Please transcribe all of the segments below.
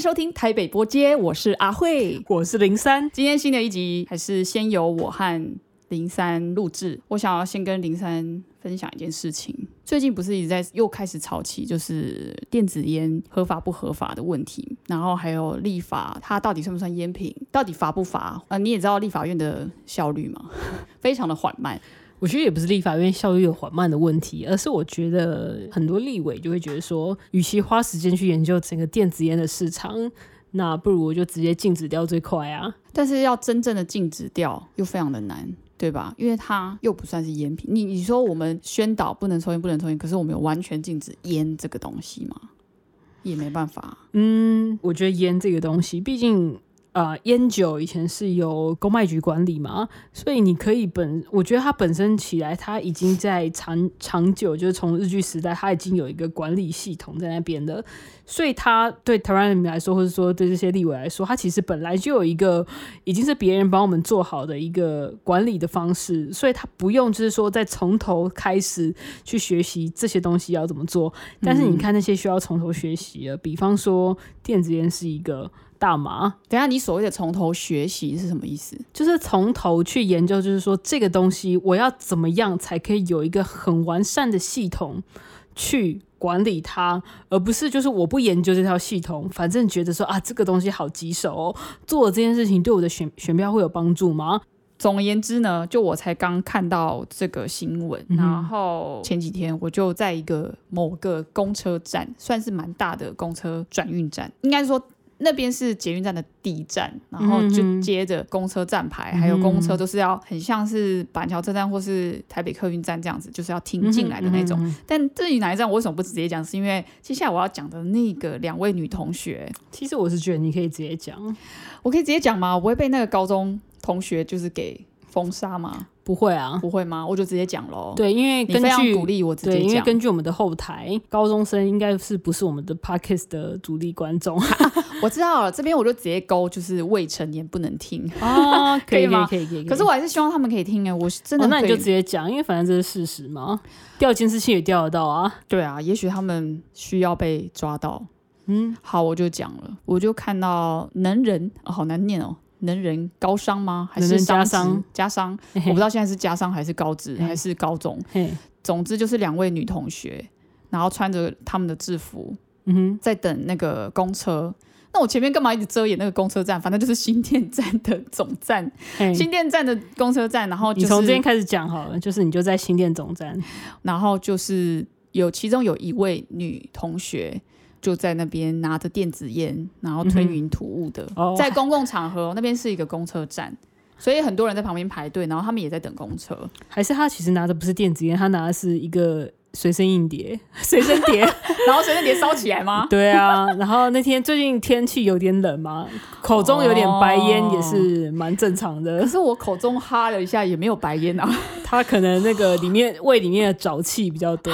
收听台北波街，我是阿慧。我是零三，今天新的一集还是先由我和零三录制。我想要先跟零三分享一件事情，最近不是一直在又开始吵起，就是电子烟合法不合法的问题，然后还有立法它到底算不算烟品，到底罚不罚？呃，你也知道立法院的效率嘛， 非常的缓慢。我觉得也不是立法院效率有缓慢的问题，而是我觉得很多立委就会觉得说，与其花时间去研究整个电子烟的市场，那不如我就直接禁止掉最快啊。但是要真正的禁止掉又非常的难，对吧？因为它又不算是烟品。你你说我们宣导不能抽烟，不能抽烟，可是我们有完全禁止烟这个东西吗？也没办法。嗯，我觉得烟这个东西，毕竟呃，烟酒以前是由公卖局管理嘛，所以你可以本，我觉得它本身起来，它已经在长长久，就是从日据时代，它已经有一个管理系统在那边的，所以它对台湾人民来说，或者说对这些立委来说，它其实本来就有一个已经是别人帮我们做好的一个管理的方式，所以它不用就是说再从头开始去学习这些东西要怎么做，但是你看那些需要从头学习的，比方说电子烟是一个大麻，等一下你所谓的从头学习是什么意思？就是从头去研究，就是说这个东西我要怎么样才可以有一个很完善的系统去管理它，而不是就是我不研究这套系统，反正觉得说啊这个东西好棘手哦，做了这件事情对我的选选票会有帮助吗？总而言之呢，就我才刚看到这个新闻，嗯哼然后前几天我就在一个某个公车站，算是蛮大的公车转运站，应该说那边是捷运站的第一站，然后就嗯哼接着公车站牌，还有公车都是要很像是板桥车站或是台北客运站这样子，就是要停进来的那种。嗯哼嗯哼但至于哪一站，我为什么不直接讲？是因为接下来我要讲的那个两位女同学，其实我是觉得你可以直接讲，我可以直接讲吗？我不会被那个高中同学就是给封杀吗？不会啊，不会吗？我就直接讲喽。，对，因为哦你根非常据鼓励我直对，接因为讲。根据我们的后台，高中生应该是不是我们的 podcast 的主力观众我知道了，这边我就直接勾，就是未成年不能听。啊？ 可哦可以以，吗可以，可以。可是我我还是希望他们可以听哎、我是真的哦、那可你以。就直接讲，因为反正这是事实嘛，调监视器也调得到啊。对啊，也许他们需要被抓到。嗯，好，我就讲了，我就看到能人、哦好难念哦，能人高商吗？还能是人加商职商？加商，嘿我不知道现在是加商还是高职嘿还是高中，嘿，总之就是两位女同学，然后穿着他们的制服，嗯哼，在等那个公车。那我前面干嘛一直遮掩那个公车站？反正就是新店站的总 站，嘿，新店站的公车站，然后嗯就你从这边是，开始讲好了，就是你就在新店总站，然后就是有其中有一位女同学就在那边拿着电子烟，然后吞嗯哼云吐雾的，哦在公共场合哦、那边是一个公车站，所以很多人在旁边排队，然后他们也在等公车。还是他其实拿的不是电子烟，他拿的是一个随身硬碟， 随身碟。 然后随便碟烧起来 吗？对啊，然后那天最近天气有点冷嘛，口中有点白烟也是蛮正常的可。是我口中哈了一下，也没有白烟啊。 他可能那个里面胃里面的沼气比较 多。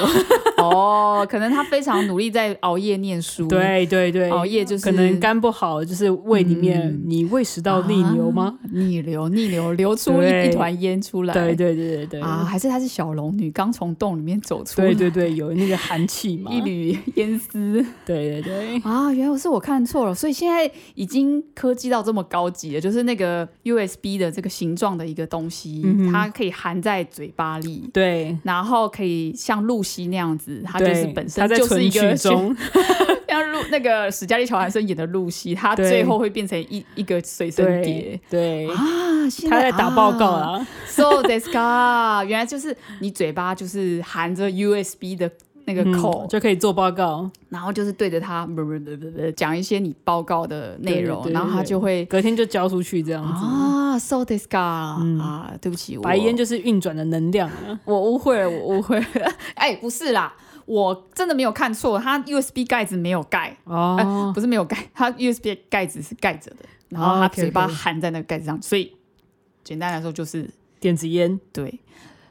哦，可能他非常努力在熬夜念书。。对对对，熬夜哦就是可能肝不好，就是胃里面、嗯你胃食道逆流吗？啊？逆流，逆流，流出一对一团烟出来。对对对对对。啊，还是她是小龙女，刚从洞里面走出来，对对对，有那个寒 气嘛一？缕烟丝对对对，啊！原来是我看错了，所以现在已经科技到这么高级了，就是那个 USB 的这个形状的一个东西，嗯哼它可以含在嘴巴里。对然后可以像露西那样子，她对就是本身它在就是一存个取中， 像露那个史嘉丽·乔韩森演的露西，她对最后会变成一一个随身碟 对对，啊！现他在打报告啊啦。 So this car，原来就是你嘴巴就是含着 USB 的那个嗯口，就可以做报告，然后就是对着它不不不不不讲一些你报告的内容，对对对然后它就会隔天就交出去这样子。啊，So this car、嗯啊，对不起，我白烟就是运转的能量啊，我误会了，我误会了， 哎、不是啦。我真的没有看错，它 USB 盖子没有盖，哎、哦，不是没有盖，它 USB 盖子是盖着的，然后哦它，OK，OK 嘴巴含在那个盖子上，所以简单来说就是电子烟，对，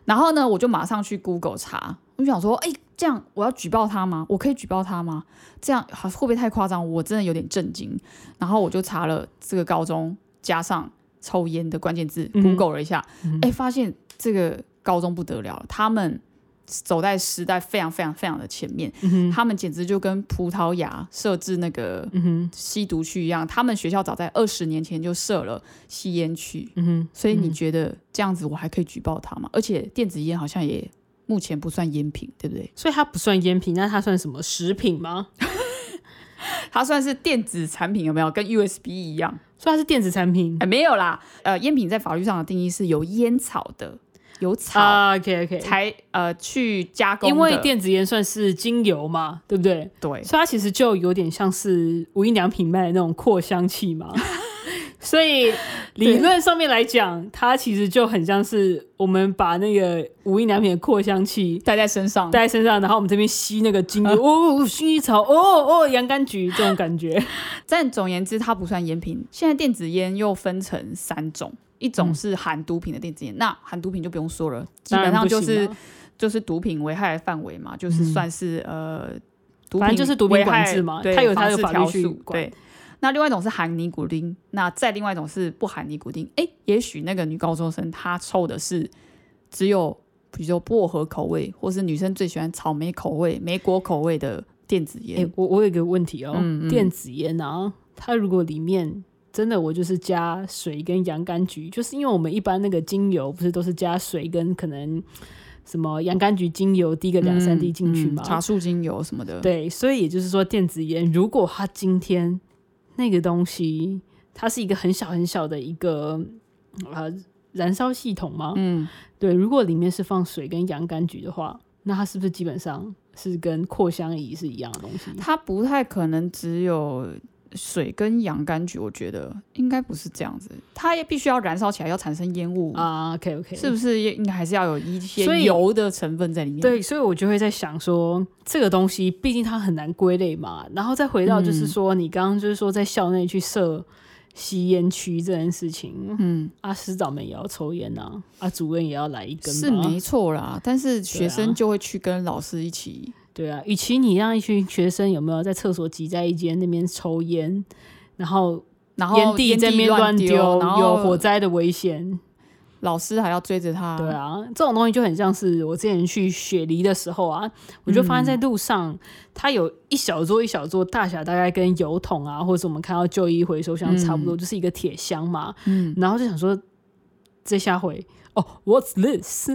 然后呢，我就马上去 Google 查，我就想说，哎、这样我要举报他吗？我可以举报他吗？这样好会不会太夸张？我真的有点震惊。然后我就查了这个高中加上抽烟的关键字、嗯 g o o g l e 了一下，哎、嗯发现这个高中不得了了，他们走在时代非常非常非常的前面，嗯哼，他们简直就跟葡萄牙设置那个嗯哼，吸毒区一样，他们学校早在二十年前就设了吸烟区，嗯哼，所以你嗯觉得这样子我还可以举报他吗？而且电子烟好像也目前不算烟品，对不对？所以它不算烟品，那它算什么食品吗？它算是电子产品有没有？跟 USB 一样？所以它是电子产品。哎，没有啦。呃，烟品在法律上的定义是有烟草的，有草、啊，OK OK，才呃去加工的，因为电子烟算是精油嘛，对不对？对所以它其实就有点像是无印良品卖的那种扩香器 嘛。所以理论上面来讲，它其实就很像是我们把那个无印良品的扩香器戴在身上。戴在身上，然后我们这边吸那个精油，哦，薰衣草，哦哦，洋甘菊这种感觉。但总言之，它不算烟品。现在电子烟又分成三种，一种是含毒品的电子烟，那含毒品就不用说了，基当本然上不就行啊是嘛就是毒品危害范围嘛，就是算是、呃，毒嗯反正就是毒品危害管制嘛对它有它防的治法律条去数管对。那另外一种是含尼古丁，那再另外一种是不含尼古丁。诶，也许那个女高中生她抽的是只有，比如说薄荷口味，或是女生最喜欢草莓口味、莓果口味的电子哎、烟。我我有一个问题哦，嗯嗯电子烟啊，它如果里面真的我就是加水跟洋甘菊，就是因为我们一般那个精油不是都是加水跟可能什么洋甘菊精油滴个两三滴进去嗯嘛、茶树精油什么的。对，所以也就是说，电子烟如果它今天那个东西它是一个很小很小的一个呃燃烧系统嘛，嗯，对，如果里面是放水跟洋甘菊的话，那它是不是基本上是跟扩香仪是一样的东西？它不太可能只有水跟洋甘菊，我觉得应该不是这样子。它也必须要燃烧起来，要产生烟雾，啊，OK OK，是不是也？应该还是要有一所些以油的成分在里面。，对，所以我就会在想说，这个东西毕竟它很难归类嘛。然后再回到嗯就是说，你刚刚就是说在校内去设吸烟区这件事情，嗯，啊，师长们也要抽烟呐、啊，主任也要来一根嘛，是没错啦。但是学对生啊就会去跟老师一起，对啊。与其你让一群学生有没有在厕所挤在一间那边抽烟，然后然后烟蒂在那边乱乱丢，然有火后灾的危险，老师还要追着他。对啊，这种东西就很像是我之前去雪梨的时候啊，我就发现在路上，它有一小座一小座，大小大概跟油桶啊，或者是我们看到旧衣回收箱差不多，就是一个铁箱嘛。嗯， 然后就想说，这下回哦，What's this？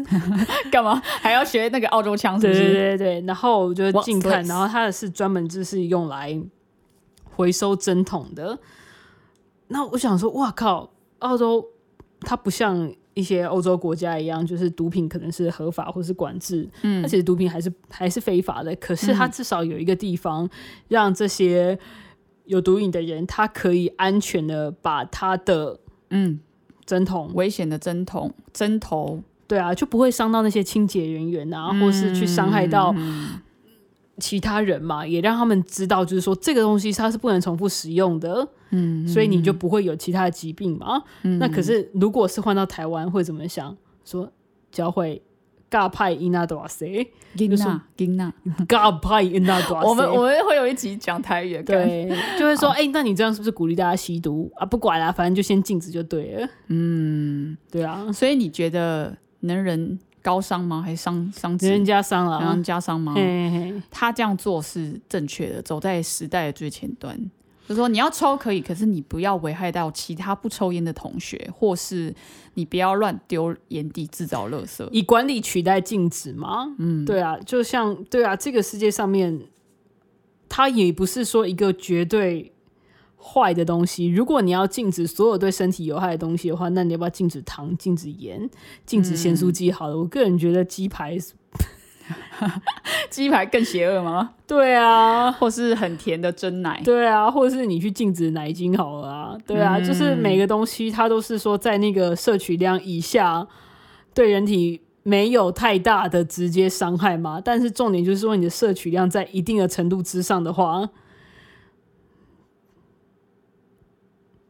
干嘛还要学那个澳洲腔？是对不对是？对对，然后我就 What's 近看， this？然后它的是专门就是用来回收针筒的。那我想说，哇靠，澳洲它不像一些欧洲国家一样，就是毒品可能是合法或是管制，嗯而且毒品还是还是非法的。可是它至少有一个地方让这些有毒瘾的人，他可以安全的把他的嗯，针筒危险的针筒、针头，对啊，就不会伤到那些清洁人员啊，嗯或是去伤害到其他人嘛，也让他们知道，就是说这个东西它是不能重复使用的，嗯，所以你就不会有其他的疾病嘛。嗯那可是如果是换到台湾，会怎么想？说教会尬派伊那多瓦塞，嗯金就是娜，金娜，尬派伊那多瓦塞， 我们我们会有一集讲台语，感觉，对，就会说，哎、那你这样是不是鼓励大家吸毒啊？不管啦、反正就先禁止就对了。嗯，对啊，所以你觉得能人高伤吗？还是伤伤人人子家伤了能人嗯啊，加伤吗？嘿嘿嘿，他这样做是正确的，走在时代的最前端。就说你要抽可以，可是你不要危害到其他不抽烟的同学，或是你不要乱丢烟蒂制造垃圾。以管理取代禁止嘛。嗯，对啊，就像对啊，这个世界上面，它也不是说一个绝对坏的东西。如果你要禁止所有对身体有害的东西的话，那你要不要禁止糖、禁止盐、禁止咸酥嗯鸡？好了，我个人觉得鸡排是， 鸡排更邪恶吗？对啊，或是很甜的真奶？对啊，或者是你去禁止奶精好了啊，对啊，就是每个东西它都是说在那个摄取量以下，对人体没有太大的直接伤害嘛。但是重点就是说你的摄取量在一定的程度之上的话，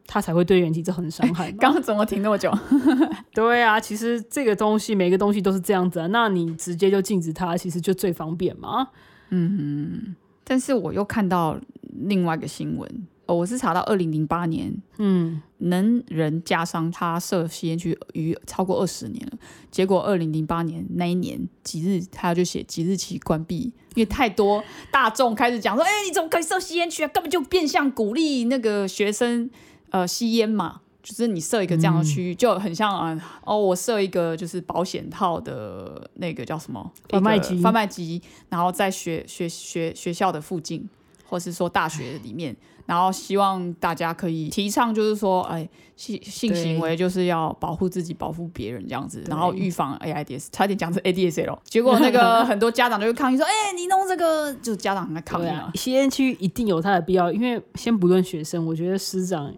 它才会对人体造成伤害嘛。刚刚怎么停那么 久？对啊，其实这个东西每个东西都是这样子啊，那你直接就禁止它，其实就最方便嘛。但是我又看到另外一个新闻，哦，我是查到二零零八年嗯能人加上他涉吸烟区逾超过二十年了。结果二零零八年那一年即日，他就写即日起关闭，因为太多大众开始讲说，哎、你怎么可以涉吸烟区啊？根本就变相鼓励那个学生呃吸烟嘛。就是你设一个这样的区域，就很像啊、哦，我设一个就是保险套的呃那个叫什么贩卖一个机贩卖机，然后在学学学学校的附近，或是说大学里面，然后希望大家可以提倡，就是说，哎，性性对行为就是要保护自己、保护别人这样子，对然后预防 AIDS，差点讲成 ADSL，结果那 个很多家长就会抗议说，哎，你弄这个，就家长很在抗议对啊啊，，吸烟区一定有它的必要，因为先不论学生，我觉得师长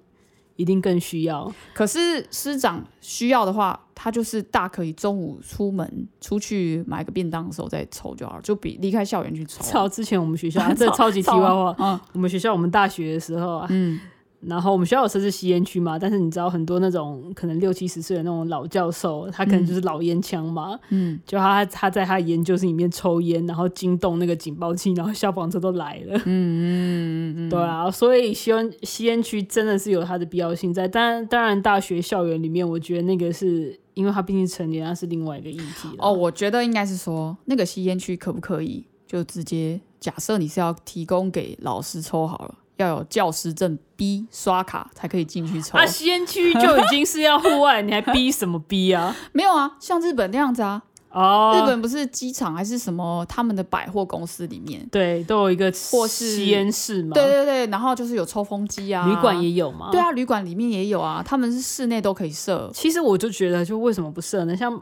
一定更需 要。可是师长需要的话，他就是大可以中午出门出去买个便当的时候再抽就好了，就比离开校园去抽。操，之前我们学校、啊、这 操超级题操外话，嗯我们学校我们大学的时候啊，嗯，然后我们学校有设置吸烟区嘛，但是你知道很多那种可能六七十岁的那种老教授，他可能就是老烟枪嘛，嗯，就他他在他研究室里面抽烟，然后惊动那个警报器，然后消防车都来了，嗯嗯嗯， 对啊，所以吸烟吸烟区真的是有它的必要性在，当然当然大学校园里面，我觉得那个是因为他毕竟成年，那是另外一个议题了哦，，我觉得应该是说那个吸烟区可不可以就直接假设你是要提供给老师抽好了，要有教师证 B 刷卡才可以进去抽。啊，吸烟区就已经是要户外，你还逼什么逼 啊？没有啊，像日本那样子啊，哦，日本不是机场还是什么他们的百货公司里面。对都有一个或是吸烟室嘛，对对对，然后就是有抽风机啊，旅馆也嗯有嘛。对，啊，旅馆里面也有啊，他们是室内都可以设。其实我就觉得，就为什么不设呢？像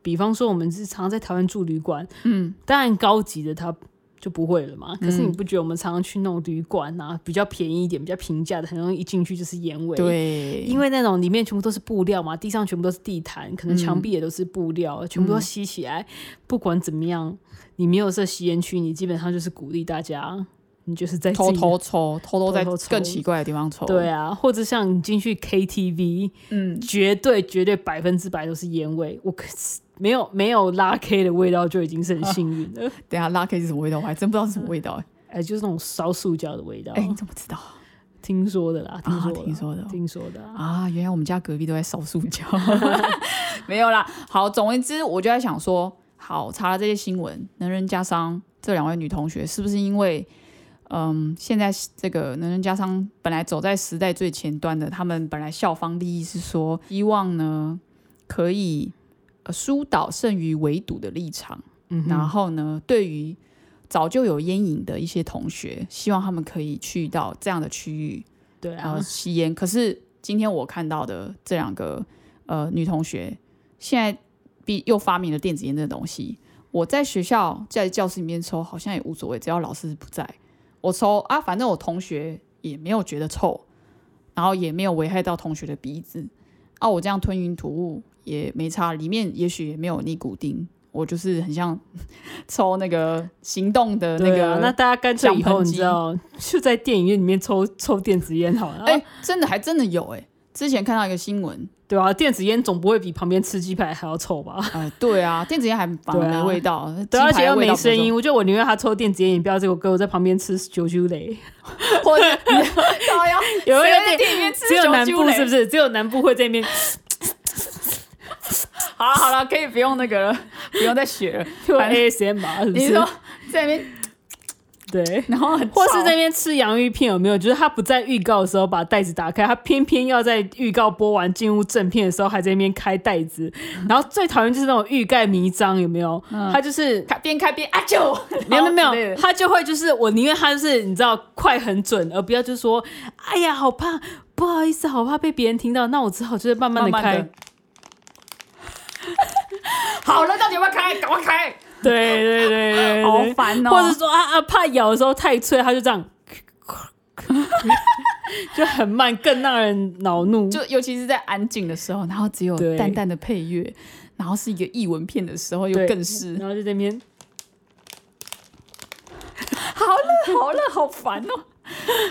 比方说，我们是常在台湾住旅馆，嗯，当然高级的它就不会了嘛。可是你嗯不觉得我们常常去那种旅馆啊，比较便宜一点、比较平价的，很容易一进去就是烟味。。对，因为那种里面全部都是布料嘛，地上全部都是地毯，可能墙嗯壁也都是布料，全部都吸起来。不管怎么样，你没有设吸烟区，你基本上就是鼓励大家，你就是在自偷己偷抽，偷偷在偷偷抽更奇怪的地方抽。对，啊，或者像你进去 KTV，嗯，绝对绝对百分之百都是烟味，我可是没有没有拉 K 的味道就已经是很幸运 了。等一下拉 K 是什么味道，我还真不知道是什么味道、欸。哎、就是那种烧塑胶的味道，哎、你怎么知道听说的啦，嗯听啊说？的，听说的哦。听说的啊。啊，原来我们家隔壁都在烧塑胶， 没有啦。好，总而言之，我就在想说，好查了这些新闻，能人加商这两位女同学是不是因为，嗯，现在这个能人加商本来走在时代最前端的，他们本来校方利益是说，希望呢可以、呃、疏导胜于围堵的立场，嗯然哼，后呢，对于早就有烟瘾的一些同学，希望他们可以去到这样的区域，对然啊后，吸烟。可是今天我看到的这两个呃女同学，现在比又发明了电子烟这东西。我在学校在教室里面抽好像也无所谓，只要老师不在，我抽啊，反正我同学也没有觉得臭，然后也没有危害到同学的鼻子啊，我这样吞云吐雾也没差，里面也许也没有尼古丁。我就是很像 抽那个行动的那对个，啊，那大家干脆以香后喷你机知道，就在电影院里面抽抽电子烟好 了。哎、真的还真的有哎、之前看到一个新闻，对啊，电子烟总不会比旁边吃鸡排还要臭吧？呃，对啊，电子烟还反对而啊没味道，鸡对啊，而且排又味道没不是声说音，，我觉得我宁愿他抽电子烟，也不要这个给我在旁边 吃九九雷。或 者高腰，有一啊谁会在个电影院吃只有南部是不是？是？只有南部会在那 边。好了好了，可以不用那个了， 不用再学 了。就反正 ASMR 是不你是？说在那边，对，然后很或是吵在那边吃洋芋片有没有？就是他不在预告的时候把袋子打开，他偏偏要在预告播完进入正片的时候还在那边开袋子，然后最讨厌就是那种欲盖弥彰有没有？嗯他就是。开边开边啊就， 没有没有没有，然后之类的他就会就是我宁愿他就是你知道快很准，而不要就是说，哎呀好怕，不好意思，好怕被别人听到，那我只好就是慢慢慢的慢开，的。 好了，到底要不要开？赶快开！对对对对对对， 好烦哦或者说啊啊，怕咬的时候太脆，它就这样，就很慢，更让人恼怒。就尤其是在安静的时候，然后只有对淡淡的配乐，然后是一个译文片的时候，又对更是然后就在那边，好了好了，好烦哦。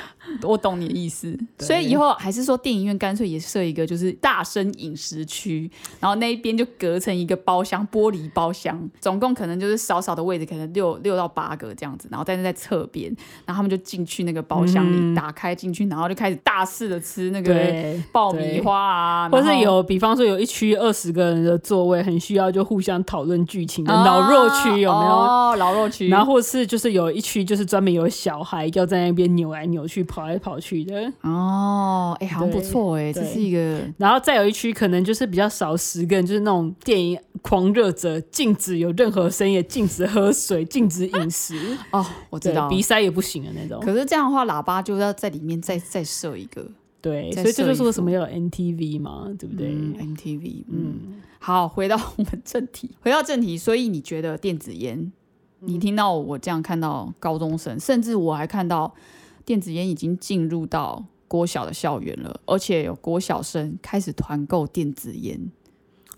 我懂你的意思，对所以以后还是说电影院干脆也设一个就是大声饮食区，然后那一边就隔成一个包厢，玻璃包厢，总共可能就是少少的位置，可能六六到八个这样子，然后但是在侧边，然后他们就进去那个包厢里，嗯打开进去，然后就开始大肆的吃那个对，爆米花啊，或然后是有，比方说有一区二十个人的座位，很需要就互相讨论剧情的老弱区有没有？哦，老肉区，然后或是就是有一区就是专门有小孩要在那边扭来扭去、跑来跑去的，哦，哎、好像不对错哎、这对是一个然后再有一区可能就是比较少十个人，就是那种电影狂热者，禁止有任何声音，禁止喝水，禁止饮食，哦，我 知对道，鼻塞也不行的那种。可是这样的话，喇叭就要在里面再再设一个，对，再所以这设就一是为副什么要有 NTV 嘛，对不对？嗯、，MTV，嗯，嗯，好，回到我们正 题，回到正题，所以你觉得电子烟，你听到我这样看到高中生，甚至我还看到电子烟已经进入到国小的校园了，而且有国小生开始团购电子烟，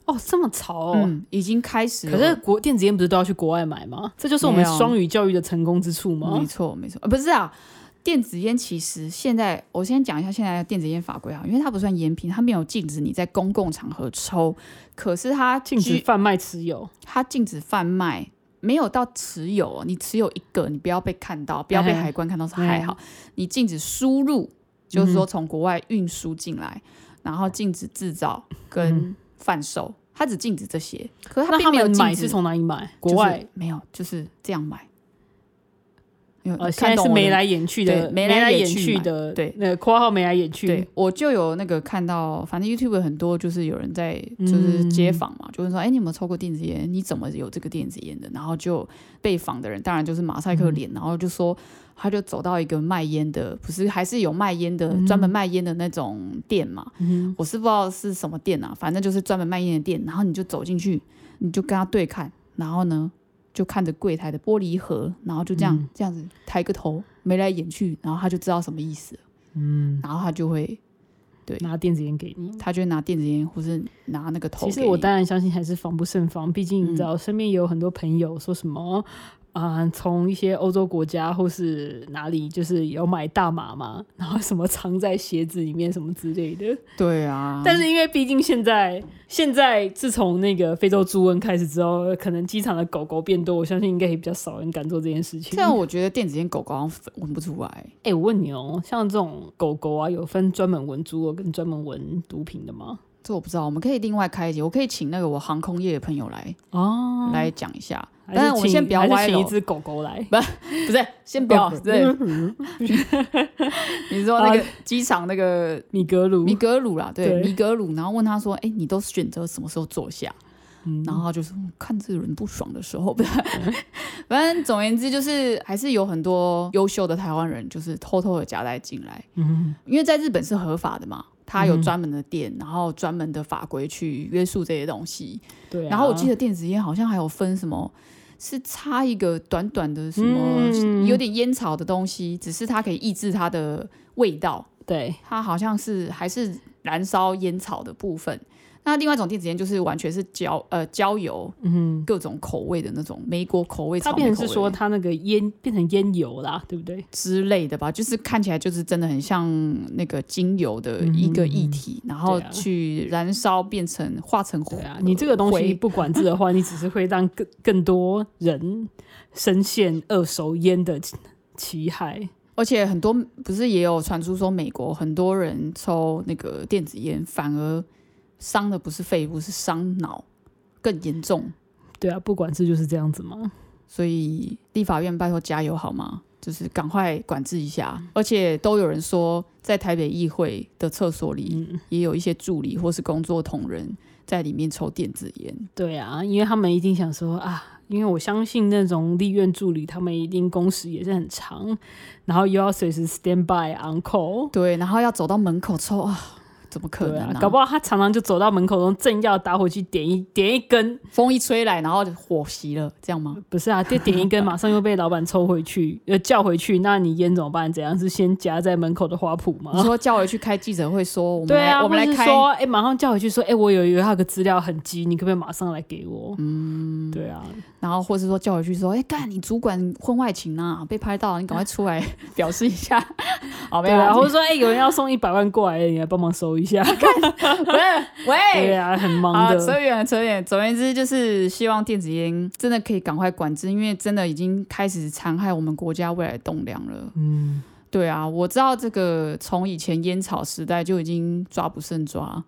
哦，这么潮哦。嗯，已经开始了，可是国电子烟不是都要去国外买吗？这就是我们没有双语教育的成功之处吗没？错，没错，呃，不是啊。电子烟其实现在，我先讲一下现在的电子烟法规啊，因为它不算烟品，它没有禁止你在公共场合抽，可是它禁止居贩卖持有，它禁止贩卖，没有到持有哦，你持有一个，你不要被看到，不要被哎海关看到是还好。你禁止输入，就是嗯说从国外运输进来，然后禁止制造跟贩售，它只禁止这些。可是嗯那它嗯并他没有们买禁是止从哪里买？国就是外没有，就是这样买。有呃，你现看在懂是我眉的来眼去的对，眉眉来来眼眼去去嘛的，对那个括号眉来眼去，对，嗯我就有那个看到，反正 YouTube 很多就是有人在就是街访嘛，就问说，哎、你有没有抽过电子烟？你怎么有这个电子烟的？然后就被访的人当然就是马赛克脸，然后就说他就走到一个卖烟的，不是还是有卖烟的，专、门卖烟的那种店嘛，嗯嗯我是不知道是什么店啊，反正就是专门卖烟的店，然后你就走进去，你就跟他对看，然后呢？就看着柜台的玻璃盒，然后就这样、嗯这样子抬个头，眉来眼去，然后他就知道什么意思了，嗯，然后他就会拿电子烟给你。他就会拿电子烟或是拿那个头其给你。嗯实我当然相信还是防不胜防，毕竟你知道，身边也有很多朋友说什么，啊、从一些欧洲国家或是哪里，就是有买大麻嘛，然后什么藏在鞋子里面什么之类的。对啊，但是因为毕竟现在，现在自从那个非洲猪瘟开始之后，可能机场的狗狗变多，我相信应该也比较少人敢做这件事情。这样我觉得电子烟狗狗好像闻不出来。哎、我问你哦，像这种狗狗啊，有分专门闻猪肉跟专门闻毒品的吗？这我不知道，我们可以另外开一集，我可以请那个我航空业的朋友来、哦，来讲一下。还但是我们请先不要还是歪请一楼，只狗狗来。哦不是，先 不要。对，嗯你说那个机场那个米格鲁，米格鲁啦，对，啊对米格鲁，然后问他说：“哎，你都选择什么时候坐下？”嗯然后他就说嗯看这个人不爽的时候，不是， 反正总而言之就是还是有很多优秀的台湾人，就是偷偷的夹带进来，嗯，因为在日本是合法的嘛，它有嗯专门的店，然后专门的法规去约束这些东西。对啊、然后我记得电子烟好像还有分什么，是插一个短短的什么，嗯有点烟草的东西，只是它可以抑制它的味道，对，它好像是还是燃烧烟草的部分。那另外一种电子烟就是完全是焦呃焦油嗯，各种口味的那种梅果口味、它草变莓成口是说味它那个烟变成烟油啦，对不对？之类的吧，就是看起来就是真的很像那个精油的一个液体，然后对啊去燃烧变成化成火对啊，你这个东西灰不管制的话，你只是会让更更多人深陷二手烟的其其害。而且很多不是也有传出说，美国很多人抽那个电子烟，反而伤的不是肺部，是伤脑更严重。对啊，不管制就是这样子嘛。所以立法院拜托加油好吗？就是赶快管制一下。而且都有人说，在台北议会的厕所里，嗯，也有一些助理或是工作同仁在里面抽电子烟。对啊，因为他们一定想说啊，因为我相信那种立院助理，他们一定工时也是很长，然后又要随时 stand by on call。对，然后要走到门口抽啊，怎么可能、对啊搞不好他常常就走到门口中，正要打火机点一点一根，风一吹来，然后火熄了，这样吗？不是啊，就点一根，马上又被老板抽回去，呃，叫回去。那你烟怎么办？怎样是先夹在门口的花圃你吗？说叫回去开记者会说，我们哦对来、啊，我们或来是开，说，哎、马上叫回去说，哎、我有有他有个资料很急，你可不可以马上来给我？嗯，对啊，然后或是说叫回去说，哎、干你主管婚外情啊，被拍到，你赶快出来 表示一下。好，没对有啦，啊，或我者说，哎、有人要送一百万过来，你来帮忙收一 下。不是 对喂。啊，很忙啊，的。扯远了，扯远了。总而言之，就是希望电子烟真的可以赶快管制，因为真的已经开始残害我们国家未来的栋梁了。嗯，对啊，我知道这个从以前烟草时代就已经抓不胜抓，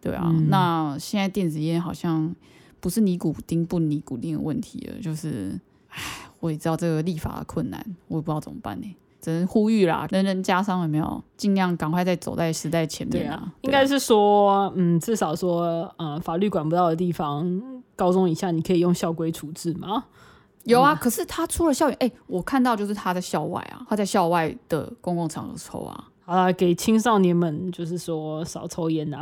对啊，嗯那现在电子烟好像不是尼古丁不尼古丁的问题了，就是，唉，我也知道这个立法的困难，我也不知道怎么办呢、只能呼吁啦，人人加商有没有？尽量赶快再走在时代前对面啊，应对该是说，嗯，至少说，呃，法律管不到的地方，高中以下你可以用校规处置嘛。有嗯啊。可是他出了校园，哎、我看到就是他在校外啊，他在校外的公共场合抽啊，好啦，给青少年们就是说少抽烟啊。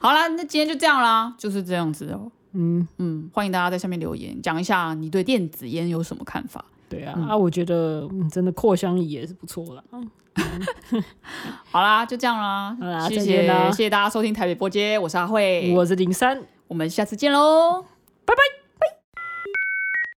好啦，那今天就这样啦，就是这样子哦。嗯嗯，欢迎大家在下面留言，讲一下你对电子烟有什么看法。对啊，啊，我觉得、嗯、真的扩香仪也是不错啦。好啦，就这样啦，好啦谢再谢见啦哎谢谢大家收听台北播街，我是阿慧，我是零三，我们下次见喽。拜拜。